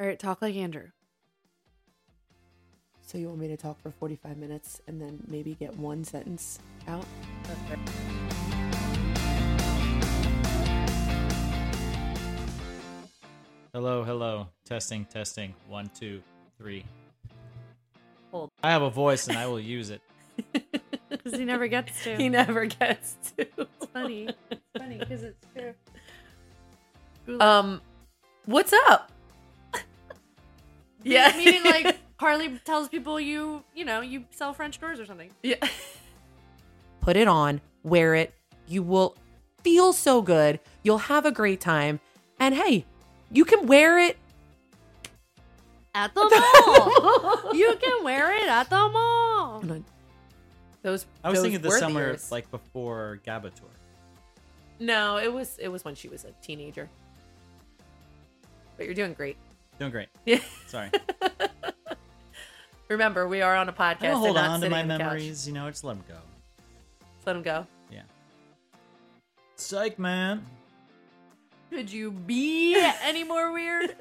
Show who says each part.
Speaker 1: All right, talk like Andrew.
Speaker 2: So you want me to talk for 45 minutes and then maybe get one sentence out?
Speaker 3: Hello, hello. Testing, testing. One, two, three.
Speaker 1: Hold.
Speaker 3: I have a voice and I will use it.
Speaker 1: Because he never gets to.
Speaker 2: he never gets to.
Speaker 1: It's funny. It's funny because it's true.
Speaker 2: Um, what's up?
Speaker 1: yeah. Meaning like Carly tells people you, you know, you sell French doors or something.
Speaker 2: Yeah. Put it on, wear it. You will feel so good. You'll have a great time. And hey, you can wear it.
Speaker 1: At the mall. you can wear it at the mall.
Speaker 2: those
Speaker 3: I was
Speaker 2: those
Speaker 3: thinking this
Speaker 2: were
Speaker 3: summer,
Speaker 2: yours.
Speaker 3: like before Gabator.
Speaker 2: no, it was it was when she was a teenager. But you're doing great.
Speaker 3: Doing great.
Speaker 2: Yeah.
Speaker 3: Sorry.
Speaker 2: Remember, we are on a podcast.
Speaker 3: I don't
Speaker 2: and
Speaker 3: Oh, hold
Speaker 2: not
Speaker 3: on to
Speaker 2: sitting
Speaker 3: my
Speaker 2: on the couch.
Speaker 3: memories, you know, just let them go.
Speaker 2: Let them go.
Speaker 3: Psych, man.
Speaker 1: Could you be any more weird?